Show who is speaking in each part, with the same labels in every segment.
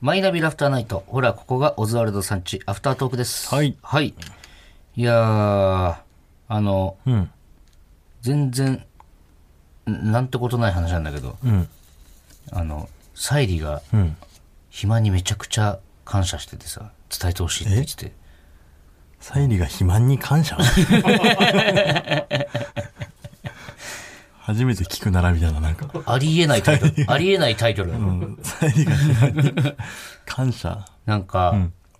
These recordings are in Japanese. Speaker 1: マイナビラフターナイト。ほら、ここがオズワルドさんち、アフタートークです。
Speaker 2: はい
Speaker 1: はい。いやー、あの、
Speaker 2: うん。
Speaker 1: 全然、んなんてことない話なんだけど、
Speaker 2: うん。
Speaker 1: あの、サイリーが、
Speaker 2: うん。
Speaker 1: 暇にめちゃくちゃ感謝しててさ、伝えてほしいって言ってて。
Speaker 2: サイリが肥満に感謝 初めて聞く並びだな、なんか。
Speaker 1: ありえないタイト ル。ありえないタイトル。
Speaker 2: うん。サイリが肥満に感謝。
Speaker 1: なんか、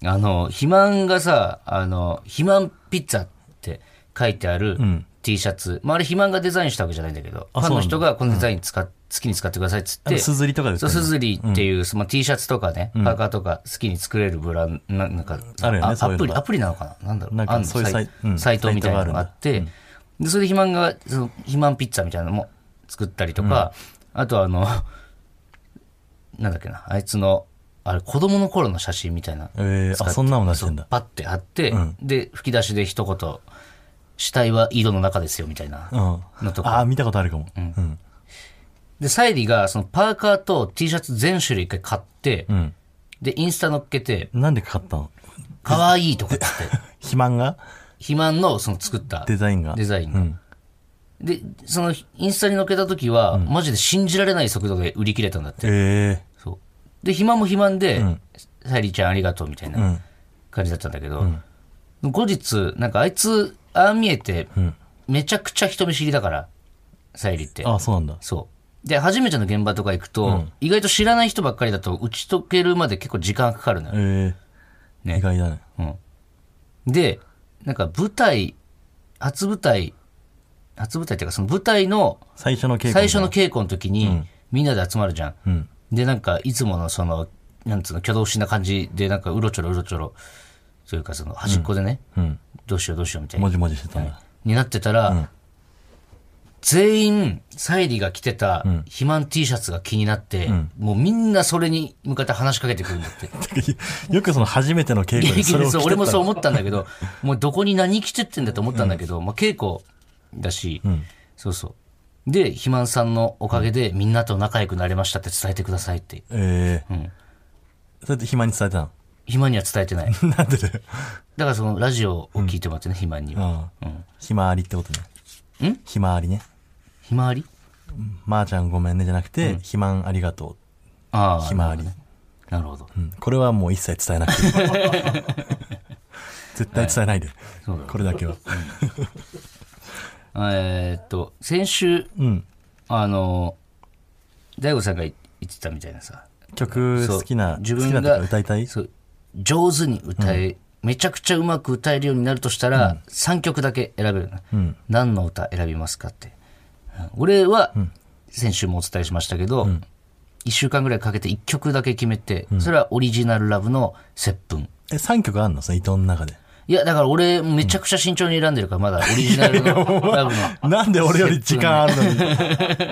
Speaker 1: あの、肥満がさ、あの、肥満ピッツァって書いてある
Speaker 2: ん
Speaker 1: T シャツ。まあ、あれ肥満がデザインしたわけじゃないんだけど、フ
Speaker 2: あそ
Speaker 1: ァン
Speaker 2: うなんだ
Speaker 1: の人がこのデザイン使っ好きに使ってくださいっつって。
Speaker 2: すずりとかです
Speaker 1: そう、
Speaker 2: か
Speaker 1: スズリっていう、その T シャツとかね、パーカーとか好きに作れるブランド、ななんか、
Speaker 2: あるよねそうい
Speaker 1: ア
Speaker 2: うの
Speaker 1: プリ、
Speaker 2: が
Speaker 1: アプリなのかななんだろう
Speaker 2: なんか
Speaker 1: あの
Speaker 2: そういうサイ
Speaker 1: サイ
Speaker 2: うん
Speaker 1: サイトみたいなのがあって、で、それで肥満が、その、肥満ピッツァみたいなのも作ったりとか、あとあの、 なんだっけな、あいつの、あれ、子供の頃の写真みたいな、
Speaker 2: えー、あ、そんなの出してんだ。
Speaker 1: パッて貼って
Speaker 2: ん、
Speaker 1: で、吹き出しで一言、死体は井戸の中ですよ、みたいな
Speaker 2: うん。あ
Speaker 1: のとか。
Speaker 2: ー、見たことあるかも。うん。
Speaker 1: で、サイリが、その、パーカーと T シャツ全種類一回買って、
Speaker 2: うん。
Speaker 1: で、インスタ乗っけて、
Speaker 2: なんでかかったの
Speaker 1: 可愛いとかっつって、
Speaker 2: 肥満が
Speaker 1: 肥満のその作った
Speaker 2: デザインが。
Speaker 1: デザイン。
Speaker 2: うん。
Speaker 1: で、そのインスタに載っけた時は、マジで信じられない速度で売り切れたんだって。
Speaker 2: え
Speaker 1: そう。で、肥満も肥満で、
Speaker 2: ん
Speaker 1: サイリーちゃんありがとうみたい
Speaker 2: えー。う。
Speaker 1: なん感じだったんだけど、後日、なんかあいつ、ああ見えて、
Speaker 2: ん
Speaker 1: めちゃくちゃ人見知りだから、サイリーって。
Speaker 2: あ、そうなんだ。
Speaker 1: そう。で、初めての現場とか行くと、意外と知らない人ばっかりだと打ち解けるまで結構時間かかるのよ。
Speaker 2: ええ
Speaker 1: ね
Speaker 2: 意外だね。
Speaker 1: で、なんか舞台、初舞台、初舞台っていうかその舞台の
Speaker 2: 最初の稽古。
Speaker 1: 最初の稽古の時にみんなで集まるじゃん。
Speaker 2: ん
Speaker 1: で、なんかいつものその、なんつうの、挙動不審な感じで、なんかうろちょろうろちょろ、というかその端っこでね、
Speaker 2: うん。
Speaker 1: どうしようどうしようみたい
Speaker 2: も
Speaker 1: な、
Speaker 2: じもじしてたんだ。
Speaker 1: になってたら、全員、サイリが着てた肥満 T シャツが気になって、もうみんなそれに向かって話しかけてくるんだっ て。
Speaker 2: よくその初めての稽古でそれを着
Speaker 1: そ
Speaker 2: てた
Speaker 1: う俺もそう思ったんだけ ど、もうどこに何着てってんだと思ったんだけど、まあ稽古だし、そうそう。で、肥満さんのおかげでみんなと仲良くなれましたって伝えてくださいって。
Speaker 2: ええそれで暇に伝えた
Speaker 1: 肥満には伝えてない。だ
Speaker 2: の なんでだよ。
Speaker 1: からそのラジオを聞いてもらってね、肥満には。
Speaker 2: うん。ひまわりってことね。
Speaker 1: ん
Speaker 2: ひまわりね。
Speaker 1: ひまわり
Speaker 2: まーちゃんごめんねじゃなくて、肥満ありがと
Speaker 1: ああ。
Speaker 2: う。ひまわり。
Speaker 1: なるほど。
Speaker 2: うんこれはもう一切伝えなく ていい。絶対伝えないで。
Speaker 1: そうだ
Speaker 2: これだけは。
Speaker 1: えーっと、先週、
Speaker 2: うん。
Speaker 1: あの、大悟さんが言ってたみたいなさ、
Speaker 2: 曲
Speaker 1: そう
Speaker 2: 好きな、好き
Speaker 1: 自分
Speaker 2: な
Speaker 1: が
Speaker 2: とか歌いたい
Speaker 1: そう上手に歌え、めちゃくちゃうまく歌えるようになるとしたら、3曲だけ選べるな、何の歌選びますかってうん俺は、先週もお伝えしましたけど、1週間ぐらいかけて1曲だけ決めて、それはオリジナルラブの「接吻
Speaker 2: え、3曲あんのその伊藤の中で。」
Speaker 1: いやだから俺めちゃくちゃ慎重に選んでるからまだオリジナル のラブの
Speaker 2: なんで俺より時間あるのに。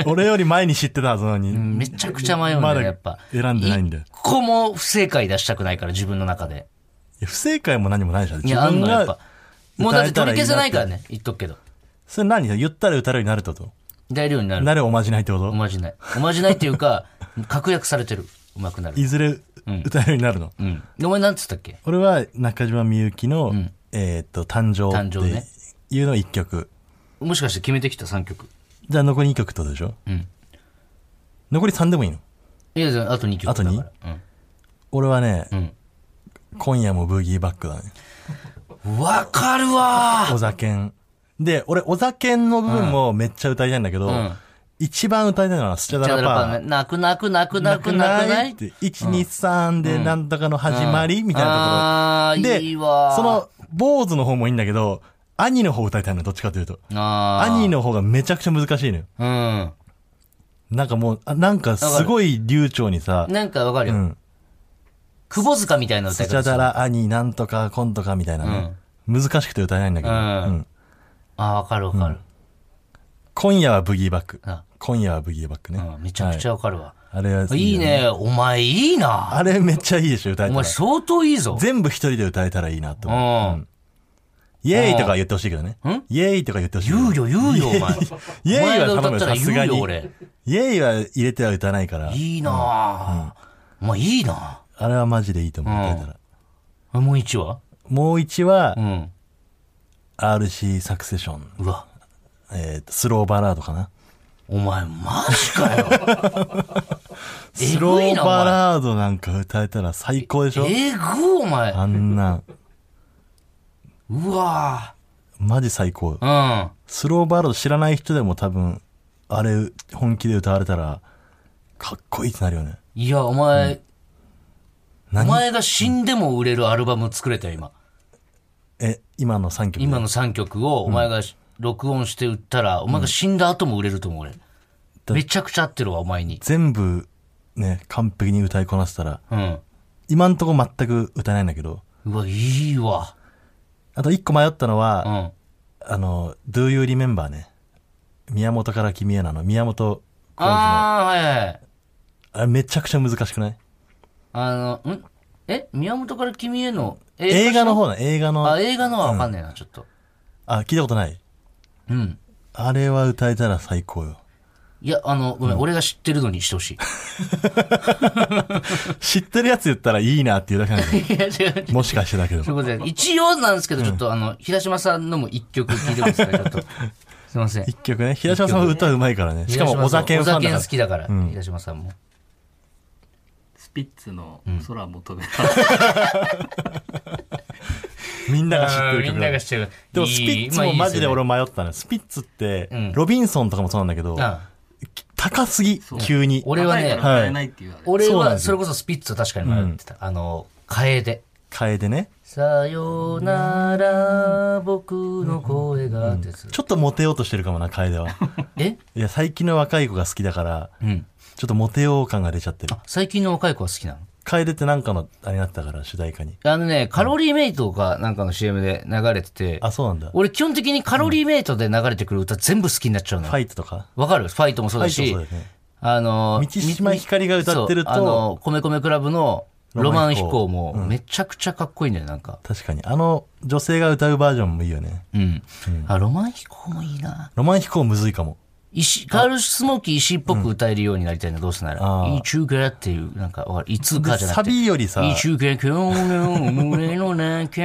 Speaker 2: 俺より前に知ってたはずなのに。
Speaker 1: めちゃくちゃ迷うんだ
Speaker 2: ま
Speaker 1: よ
Speaker 2: だ
Speaker 1: やっぱ
Speaker 2: 選んでないんだよ
Speaker 1: 一個も不正解出したくないから自分の中で
Speaker 2: いや不正解も何もないでしょ。
Speaker 1: い
Speaker 2: 自
Speaker 1: やあん
Speaker 2: 分
Speaker 1: のやっぱ
Speaker 2: が、
Speaker 1: もうだって取り消せ
Speaker 2: 歌
Speaker 1: な
Speaker 2: え
Speaker 1: い
Speaker 2: た
Speaker 1: から
Speaker 2: いいな
Speaker 1: らね
Speaker 2: って
Speaker 1: 言っとくけど
Speaker 2: それ何言ったら歌えるようになるってこと
Speaker 1: 大量になる
Speaker 2: なるおまじないってこ
Speaker 1: お
Speaker 2: と
Speaker 1: まじない。おまじないっていうか、確約されてる。うまくなる。
Speaker 2: いずれ歌えるようになるの、
Speaker 1: うん。でお前なんつったっけ
Speaker 2: 俺は中島みゆきの、えーっと、誕生
Speaker 1: 誕生ね
Speaker 2: っていうのを1曲。
Speaker 1: もしかして決めてきた3曲。
Speaker 2: じゃあ残り2曲ってことでしょ
Speaker 1: ん
Speaker 2: 残り3でもいいの
Speaker 1: いやいや、あと2曲だから。
Speaker 2: あと
Speaker 1: うん
Speaker 2: 俺はね、
Speaker 1: ん
Speaker 2: 今夜もブギーバックだね。
Speaker 1: わかるわ
Speaker 2: お酒ん。で、俺、お酒んの部分もめっちゃ歌いたいんだけど、
Speaker 1: ん
Speaker 2: 一番歌いたいのはスチャ
Speaker 1: ーじ
Speaker 2: ダ
Speaker 1: ゃあ
Speaker 2: ラ
Speaker 1: やっ
Speaker 2: パ
Speaker 1: ぱ
Speaker 2: ー。
Speaker 1: 泣く泣く泣く泣く泣くない
Speaker 2: って、1、2、3でなんとかの始まりみたいな
Speaker 1: あ
Speaker 2: ところ。
Speaker 1: ー、
Speaker 2: で、
Speaker 1: いいわー
Speaker 2: そ、の、坊主の方もいいんだけど、兄の方歌いたいの、どっちかというと。
Speaker 1: あ
Speaker 2: 兄の方がめちゃくちゃ難しいのよ。
Speaker 1: ー。
Speaker 2: なんかもう、あなんかすごい流暢にさ
Speaker 1: うん。、なんかわかる
Speaker 2: う
Speaker 1: よ。
Speaker 2: ん。
Speaker 1: 窪塚みたいな歌
Speaker 2: ス
Speaker 1: い
Speaker 2: チャ
Speaker 1: 方す
Speaker 2: ダ
Speaker 1: る。あ
Speaker 2: ラ、兄、なんとか、コンとかみたいなね。難しくて歌えないんだけど。
Speaker 1: う
Speaker 2: うんん。
Speaker 1: ー、わかるわかる。
Speaker 2: 今夜はブギーバック
Speaker 1: あ。
Speaker 2: 今夜はブギーバックね
Speaker 1: うん。めちゃくちゃわかるわ。
Speaker 2: あれはい
Speaker 1: い
Speaker 2: よ。
Speaker 1: ね。お前いいな。
Speaker 2: あれめっちゃいいでしょ、歌え
Speaker 1: お
Speaker 2: た
Speaker 1: 前
Speaker 2: ら。
Speaker 1: 相当いいぞ。
Speaker 2: 全部一人で歌えたらいいなと
Speaker 1: う
Speaker 2: 思う。
Speaker 1: ん。
Speaker 2: イエーイとか言ってほしいけどね。イエーイとか言ってほしいけど。
Speaker 1: 言うよ、言うよ、お前。
Speaker 2: イエーイは
Speaker 1: お前が
Speaker 2: 頼む
Speaker 1: 歌っ
Speaker 2: よ、
Speaker 1: たら
Speaker 2: さす
Speaker 1: 言
Speaker 2: が
Speaker 1: うよ、
Speaker 2: に。
Speaker 1: 俺。
Speaker 2: イエーイは入れては歌わないから。
Speaker 1: いいなぁ。お前いいな
Speaker 2: あれはマジでいいと思う。歌えたら。
Speaker 1: あもう一話
Speaker 2: もう一は
Speaker 1: う、ん。
Speaker 2: RC サクセション。
Speaker 1: うわ。
Speaker 2: えースローバラードかな。
Speaker 1: お前、マジかよ。
Speaker 2: ス
Speaker 1: え
Speaker 2: ロ
Speaker 1: ぐい
Speaker 2: ー
Speaker 1: な
Speaker 2: バラードなんか歌えたら最高でしょ
Speaker 1: えぐお前。
Speaker 2: あんなん、
Speaker 1: うわ
Speaker 2: マジ最高。
Speaker 1: ぁ。
Speaker 2: スローバラード知らない人でも多分、あれ、本気で歌われたら、かっこいいってなるよね。
Speaker 1: うん。いや、お前、お
Speaker 2: 何
Speaker 1: 前が死んでも売れるアルバム作れたよ、今。
Speaker 2: え、今の3曲。
Speaker 1: 今の3曲をお前が録音して売ったら、お前が死んだ後も売れると思う、俺。めちゃくちゃ合ってるわ、お前に。
Speaker 2: 全部、ね、完璧に歌いこなせたら、
Speaker 1: うん。
Speaker 2: 今んとこ全く歌えないんだけど、
Speaker 1: うわ、いいわ。
Speaker 2: あと一個迷ったの
Speaker 1: う
Speaker 2: は、
Speaker 1: ん。
Speaker 2: あの、Do You Remember ね。宮本から君へなの、宮本浩次の。あ
Speaker 1: ああ、はいはいはい。
Speaker 2: れめちゃくちゃ難しくない
Speaker 1: あの、んえ宮本から君への
Speaker 2: 映画の
Speaker 1: 方
Speaker 2: 方ね、映画の。
Speaker 1: あ、映画のはわかんないな、ちょっと。
Speaker 2: あ、聞いたことない
Speaker 1: うん。
Speaker 2: あれは歌えたら最高よ。
Speaker 1: いや、あの、ごめん、俺が知ってるのにしてほし
Speaker 2: 知ってるやつ言ったらいいなっていうだけなんだけ
Speaker 1: い。いや、違う違う
Speaker 2: ど。もしかしてだけど
Speaker 1: とい。うことで、一応なんですけど、ちょっと、あの、平島さんのも一曲聞いてますから、ちょっと。すいません。
Speaker 2: 一曲ね。平島さんは歌うまいからね。しかも、お酒
Speaker 1: お
Speaker 2: ファン
Speaker 1: 酒
Speaker 2: だ
Speaker 1: 好
Speaker 2: から。
Speaker 1: きだから、平島さんも。
Speaker 3: スピッツの空も飛べた、
Speaker 2: みんなが知ってる
Speaker 1: み
Speaker 2: 曲
Speaker 1: ん
Speaker 2: だ
Speaker 1: なが知ってる。
Speaker 2: でも、スピッツもマジで俺迷ったね。スピッツって
Speaker 1: うん、
Speaker 2: ロビンソンとかもそうなんだけど、
Speaker 1: あ
Speaker 2: 高すぎ、急に。
Speaker 1: 俺はね
Speaker 3: 若いから歌えないって言われて、
Speaker 1: 俺
Speaker 2: そうなん
Speaker 1: は、
Speaker 2: ですよ
Speaker 1: それこそスピッツは確かに迷ってた。あの、楓。
Speaker 2: 楓ね。
Speaker 1: さよなら、僕の声がってやつ。
Speaker 2: ちょっとモテようとしてるかもな、楓は。
Speaker 1: え
Speaker 2: いや、最近の若い子が好きだから、
Speaker 1: うん。
Speaker 2: ちょっとモテよう感が出ちゃってる。
Speaker 1: 最近の若い子は好きなの
Speaker 2: 楓ってなんかの、あれになってたから、主題歌に。
Speaker 1: あのね、カロリーメイトがなんかの CM で流れてて、
Speaker 2: あ、そうなんだ。フ
Speaker 1: 俺基本的にカロリーメイトで流れてくる歌全部好きになっちゃうのよ。
Speaker 2: ァイトとか
Speaker 1: わかるファイトもそう
Speaker 2: フ
Speaker 1: だ
Speaker 2: ァイト
Speaker 1: し、
Speaker 2: そうだよね。
Speaker 1: あの、
Speaker 2: 満島ひかりが歌ってると
Speaker 1: そうあの、米米クラブのロマン飛行も
Speaker 2: ロマン飛行うん
Speaker 1: めちゃくちゃかっこいいんだよ、なんか。
Speaker 2: 確かに。あの、女性が歌うバージョンもいいよね。
Speaker 1: うん。あ、ロマン飛行もいいな。
Speaker 2: ロマン飛行むずいかも。
Speaker 1: 石、カール・スモーキー石っぽく歌えるようになりたいの、どうせな
Speaker 2: あ
Speaker 1: ら。
Speaker 2: ー
Speaker 1: いい中華っていう、なんか、わかるいつ
Speaker 2: で
Speaker 1: かじゃな
Speaker 2: サ
Speaker 1: くて。い
Speaker 2: ビよりさ、
Speaker 1: い中華、今日の胸の中、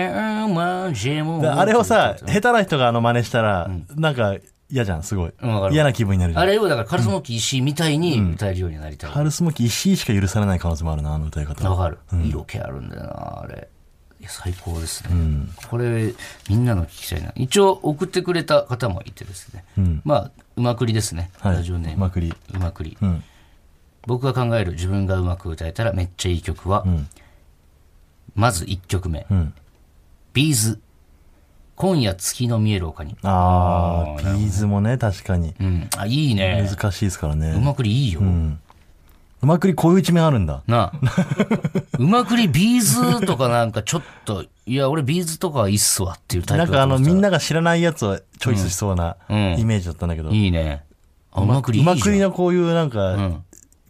Speaker 1: マジェ
Speaker 2: で
Speaker 1: も。
Speaker 2: あれをさ、下手な人があの真似したら、なんか嫌じゃん、すごい
Speaker 1: うんわか。る
Speaker 2: 嫌な気分になるじゃ
Speaker 1: あ
Speaker 2: ん。
Speaker 1: れを、だから、カルスモーキー石みたいに歌えるようになりたい。
Speaker 2: ハールスモーキー石井しか許されない可能性もあるな、あの歌い方。
Speaker 1: わかる、色気あるんだよなあれいや最高ですね、これみんなの聞きたいな一応送ってくれた方もいてですね、まあうまくりですね、
Speaker 2: はい
Speaker 1: ラジオネー
Speaker 2: うま
Speaker 1: ム
Speaker 2: くり。
Speaker 1: うまくり、
Speaker 2: うん。
Speaker 1: 僕が考える自分がうまく歌えたらめっちゃいい曲は、
Speaker 2: ん
Speaker 1: まず1曲目、
Speaker 2: うん。
Speaker 1: ビーズ今夜月の見える丘に
Speaker 2: あー、ビーズもね、確かに。
Speaker 1: うんあいいね
Speaker 2: 難しいですから
Speaker 1: う
Speaker 2: ね。
Speaker 1: まくりいいよ、
Speaker 2: うまくりこういう一面あるんだ。
Speaker 1: なあ うまくりビーズとかなんかちょっといや俺ビーズとかはいいっすわっていうタイプだ
Speaker 2: なん
Speaker 1: と思
Speaker 2: かあの、
Speaker 1: ってた
Speaker 2: みんなが知らないやつをチョイスしそうな
Speaker 1: うんうん
Speaker 2: イメージだったんだけど。
Speaker 1: いいね。あうまくりいいうじゃ
Speaker 2: ま
Speaker 1: ん。
Speaker 2: くりのこういうなん
Speaker 1: う
Speaker 2: か、
Speaker 1: ん。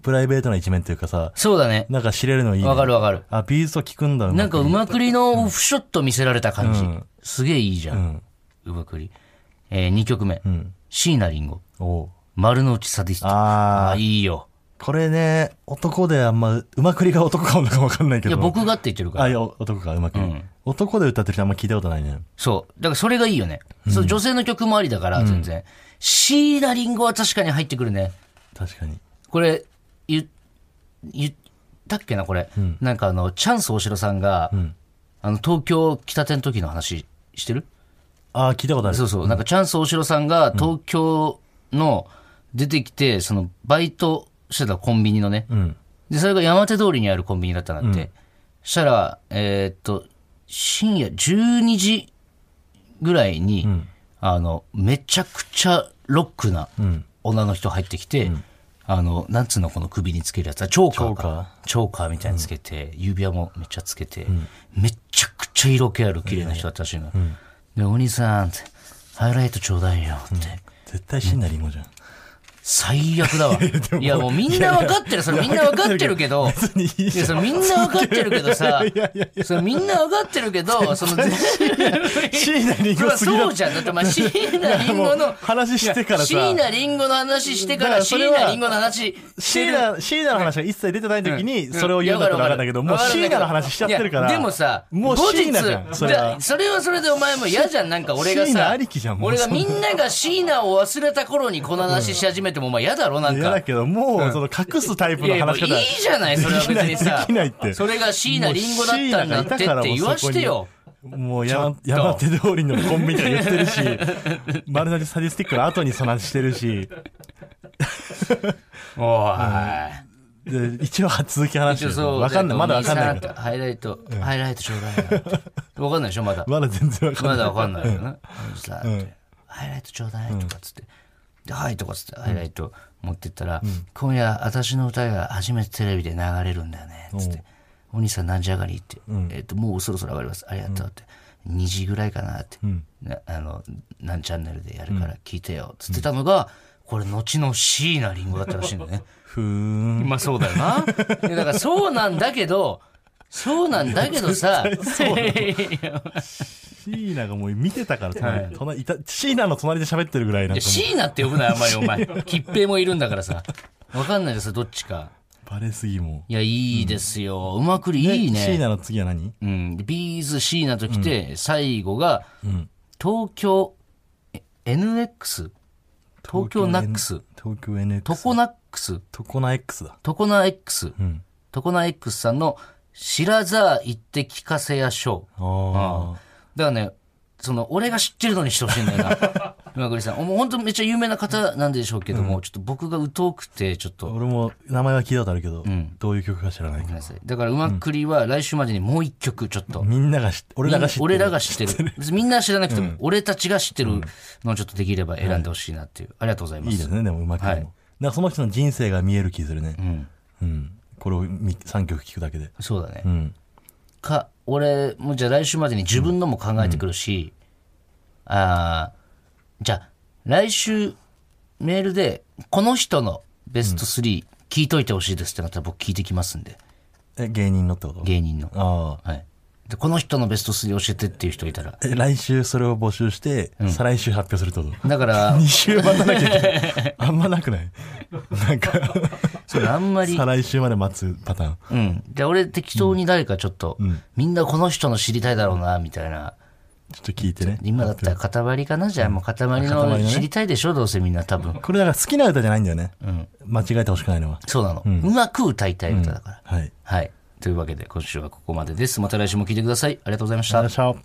Speaker 2: プライベートな一面というかさ、
Speaker 1: そうだね。
Speaker 2: なんか知れるのいいね。
Speaker 1: わかるわかる。
Speaker 2: あ、ビーズと聞くんだ
Speaker 1: なんかうまくりのオフショット見せられた感じ。
Speaker 2: うん
Speaker 1: すげえいいじゃ。
Speaker 2: うんん。
Speaker 1: うまくり。えー、2曲目。
Speaker 2: うん。
Speaker 1: 椎名林檎。
Speaker 2: おう
Speaker 1: 丸の内サディスト。
Speaker 2: あ
Speaker 1: あ、いいよ。
Speaker 2: ー、これね、男であんま、うまくりが男か女かわかんないけ
Speaker 1: い
Speaker 2: ど。
Speaker 1: や、僕がって言ってるか
Speaker 2: あ、い
Speaker 1: ら。
Speaker 2: や、男か、うまくり。
Speaker 1: うん
Speaker 2: 男で歌ってる人あんま聞いたことないね。
Speaker 1: そう。だからそれがいいよね。そう女性の曲もありだから、全然。椎名林檎は確かに入ってくるね。
Speaker 2: 確かに。
Speaker 1: これ、言、言ったっけな、これ。なんかあの、チャンス大城さんが、あの、東京北店の時の話してる
Speaker 2: あー、聞いたことある。
Speaker 1: そうそう。なんかチャンス大城さんが東京の出てきて、そのバイトしてたコンビニのね。
Speaker 2: うん。
Speaker 1: で、それが山手通りにあるコンビニだったんだって。したら、えーっと、深夜12時ぐらいに、あの、めちゃくちゃロックな女の人入ってきて、あの、なんつうのこの首につけるやつは、チョーカー
Speaker 2: チョーカ
Speaker 1: か。チョーカーみたいにつけて、指輪もめっちゃつけて、めちゃくちゃ色気ある綺麗な人だったらしいの。で、お兄さんって、ハイライトちょうだいよって。
Speaker 2: 絶対死んだりもじゃん。
Speaker 1: 最悪だわ。 いや、もうみんな分かってる。それみんな分かってるけど、
Speaker 2: にいい
Speaker 1: いや、それみんな分かってるけどさ
Speaker 2: いやいやい、
Speaker 1: それみんな分かってるけど、その、それ
Speaker 2: 椎名林檎
Speaker 1: は
Speaker 2: すぎだ
Speaker 1: そうじゃん。だって、まあ、椎名林
Speaker 2: も
Speaker 1: 檎
Speaker 2: う
Speaker 1: の、
Speaker 2: 話してからさ
Speaker 1: 椎名林檎の話してか、
Speaker 2: だかららそ
Speaker 1: 椎
Speaker 2: れ
Speaker 1: 名
Speaker 2: は
Speaker 1: 林檎の話して
Speaker 2: 椎
Speaker 1: る。
Speaker 2: 名椎名の話が一切出てない時に
Speaker 1: うん
Speaker 2: それを言うんだったら分かるんだけど
Speaker 1: い
Speaker 2: も
Speaker 1: や
Speaker 2: う
Speaker 1: わかる
Speaker 2: 椎名の話しちゃってるから
Speaker 1: いやでもさ、
Speaker 2: もう
Speaker 1: 後
Speaker 2: 椎
Speaker 1: 日、
Speaker 2: 名じゃんそ
Speaker 1: そ
Speaker 2: れは
Speaker 1: れそれはそれでお前も嫌じゃん。なんか俺が
Speaker 2: 椎名
Speaker 1: さ
Speaker 2: ありきじゃん、もう
Speaker 1: 俺がみんなが椎名を忘れた頃にこの話し始めても、お前嫌だろ、なん
Speaker 2: 嫌だ
Speaker 1: か。
Speaker 2: けどもうその隠すタイプ
Speaker 1: い
Speaker 2: の
Speaker 1: やいやもう
Speaker 2: 話
Speaker 1: いい
Speaker 2: し
Speaker 1: じ
Speaker 2: 方
Speaker 1: ゃない、それは別にさ
Speaker 2: できないって。
Speaker 1: それが椎名林檎だったんだってって言わしてよ。
Speaker 2: もう山山手通りのコンビニとか言って るし、丸なじサディスティックの後にその話してるし、
Speaker 1: お
Speaker 2: で一応続き話してる。わかんない、まだわかんないから。
Speaker 1: ハイライト、ハイライトちょうだいなって。わかんないでしょ、まだ。
Speaker 2: まだ全然 わかんな
Speaker 1: ま
Speaker 2: い。
Speaker 1: だわかんないよね。あのさってハイライトちょうだいとかっつって。で、はいとかっつって、ハイライト持ってったら、今夜、私の歌が初めてテレビで流れるんだよね。つって。お兄さん何時上がりって。えっと、もうそろそろ上がります。ありがとうって。2時ぐらいかなって。なあの、何チャンネルでやるから聞いてよ。つってたのが、これ、後の椎名林檎だったらしいんだよね。
Speaker 2: ふーん。
Speaker 1: まあそうだよな。いやだからそうなんだけど、そうなんだけどさ、
Speaker 2: 椎名がもう見てたから隣、隣いた椎名の隣で喋ってるぐらいなんかも
Speaker 1: シーナって呼ぶな、あんまりお前。吉平もいるんだからさ。わかんないです、どっちか。
Speaker 2: うバレすぎも
Speaker 1: いや、いいですよ。うまくり、
Speaker 2: う。
Speaker 1: いい
Speaker 2: 椎
Speaker 1: ね。
Speaker 2: 名の次は何
Speaker 1: うん。でビーズ、シーナと来て、最後が、東京、え NX? 東京ナックス。。
Speaker 2: 東京 NX。
Speaker 1: トコナックス。
Speaker 2: トコナ X だ。
Speaker 1: トコナ X
Speaker 2: ん。
Speaker 1: トコナ X さんの、白沢行って聞かせやショー。
Speaker 2: ああ。
Speaker 1: だからね、その、俺が知ってるのにしてほしいんだよ な。今栗さん。もう本当めっちゃ有名な方なんでしょうけども、ちょっと僕が疎くて、ちょっと、ご
Speaker 2: 俺も名前は聞いたことあるけど、どういう曲か知らない
Speaker 1: めん
Speaker 2: けど。
Speaker 1: なさい。だから、うまくりは来週までにもう一曲、ちょっと。
Speaker 2: みんなが知って、俺らが知ってる。
Speaker 1: 俺らが知ってる。別にみんな知らなくても、俺たちが知ってるのをちょっとできれば選んでほしいなっていう。ありがとうございます。
Speaker 2: いいですね、でもうまくても。
Speaker 1: はい
Speaker 2: なんかその人の人生が見える気するね。うん。これを3曲聴くだけで。
Speaker 1: そうだね。
Speaker 2: ん
Speaker 1: か、俺、もうじゃあ来週までに自分のも考えてくるし、ああじゃあ来週メールで、この人のベスト3聞いといてほしいですってなったら僕聞いてきますんで、
Speaker 2: え、芸人のってこと
Speaker 1: 芸人の。
Speaker 2: ああ。
Speaker 1: はい。で、この人のベスト3教えてっていう人いたら。
Speaker 2: え、来週それを募集して、再来週発表するってこと
Speaker 1: だから
Speaker 2: 2 、週待たなきゃいけ ない。あんまなくないなんか、
Speaker 1: それあんまり
Speaker 2: 再、来週まで待つパターン。
Speaker 1: うん。で、俺適当に誰かちょっと、みんなこの人の知りたいだろうな、みたいな。
Speaker 2: ちょっと聞いてね。
Speaker 1: 今だったら塊かなじゃあもう塊の知りたいでしょどうせみんな多分。
Speaker 2: これだから好きな歌じゃないんだよね。間違えてほしくないのは。
Speaker 1: そうなの。うまく歌いたい歌だから。
Speaker 2: はい。
Speaker 1: はい。というわけで、今週はここまでです。また来週も聞いてください。ありがとうございました
Speaker 2: よい。しょ。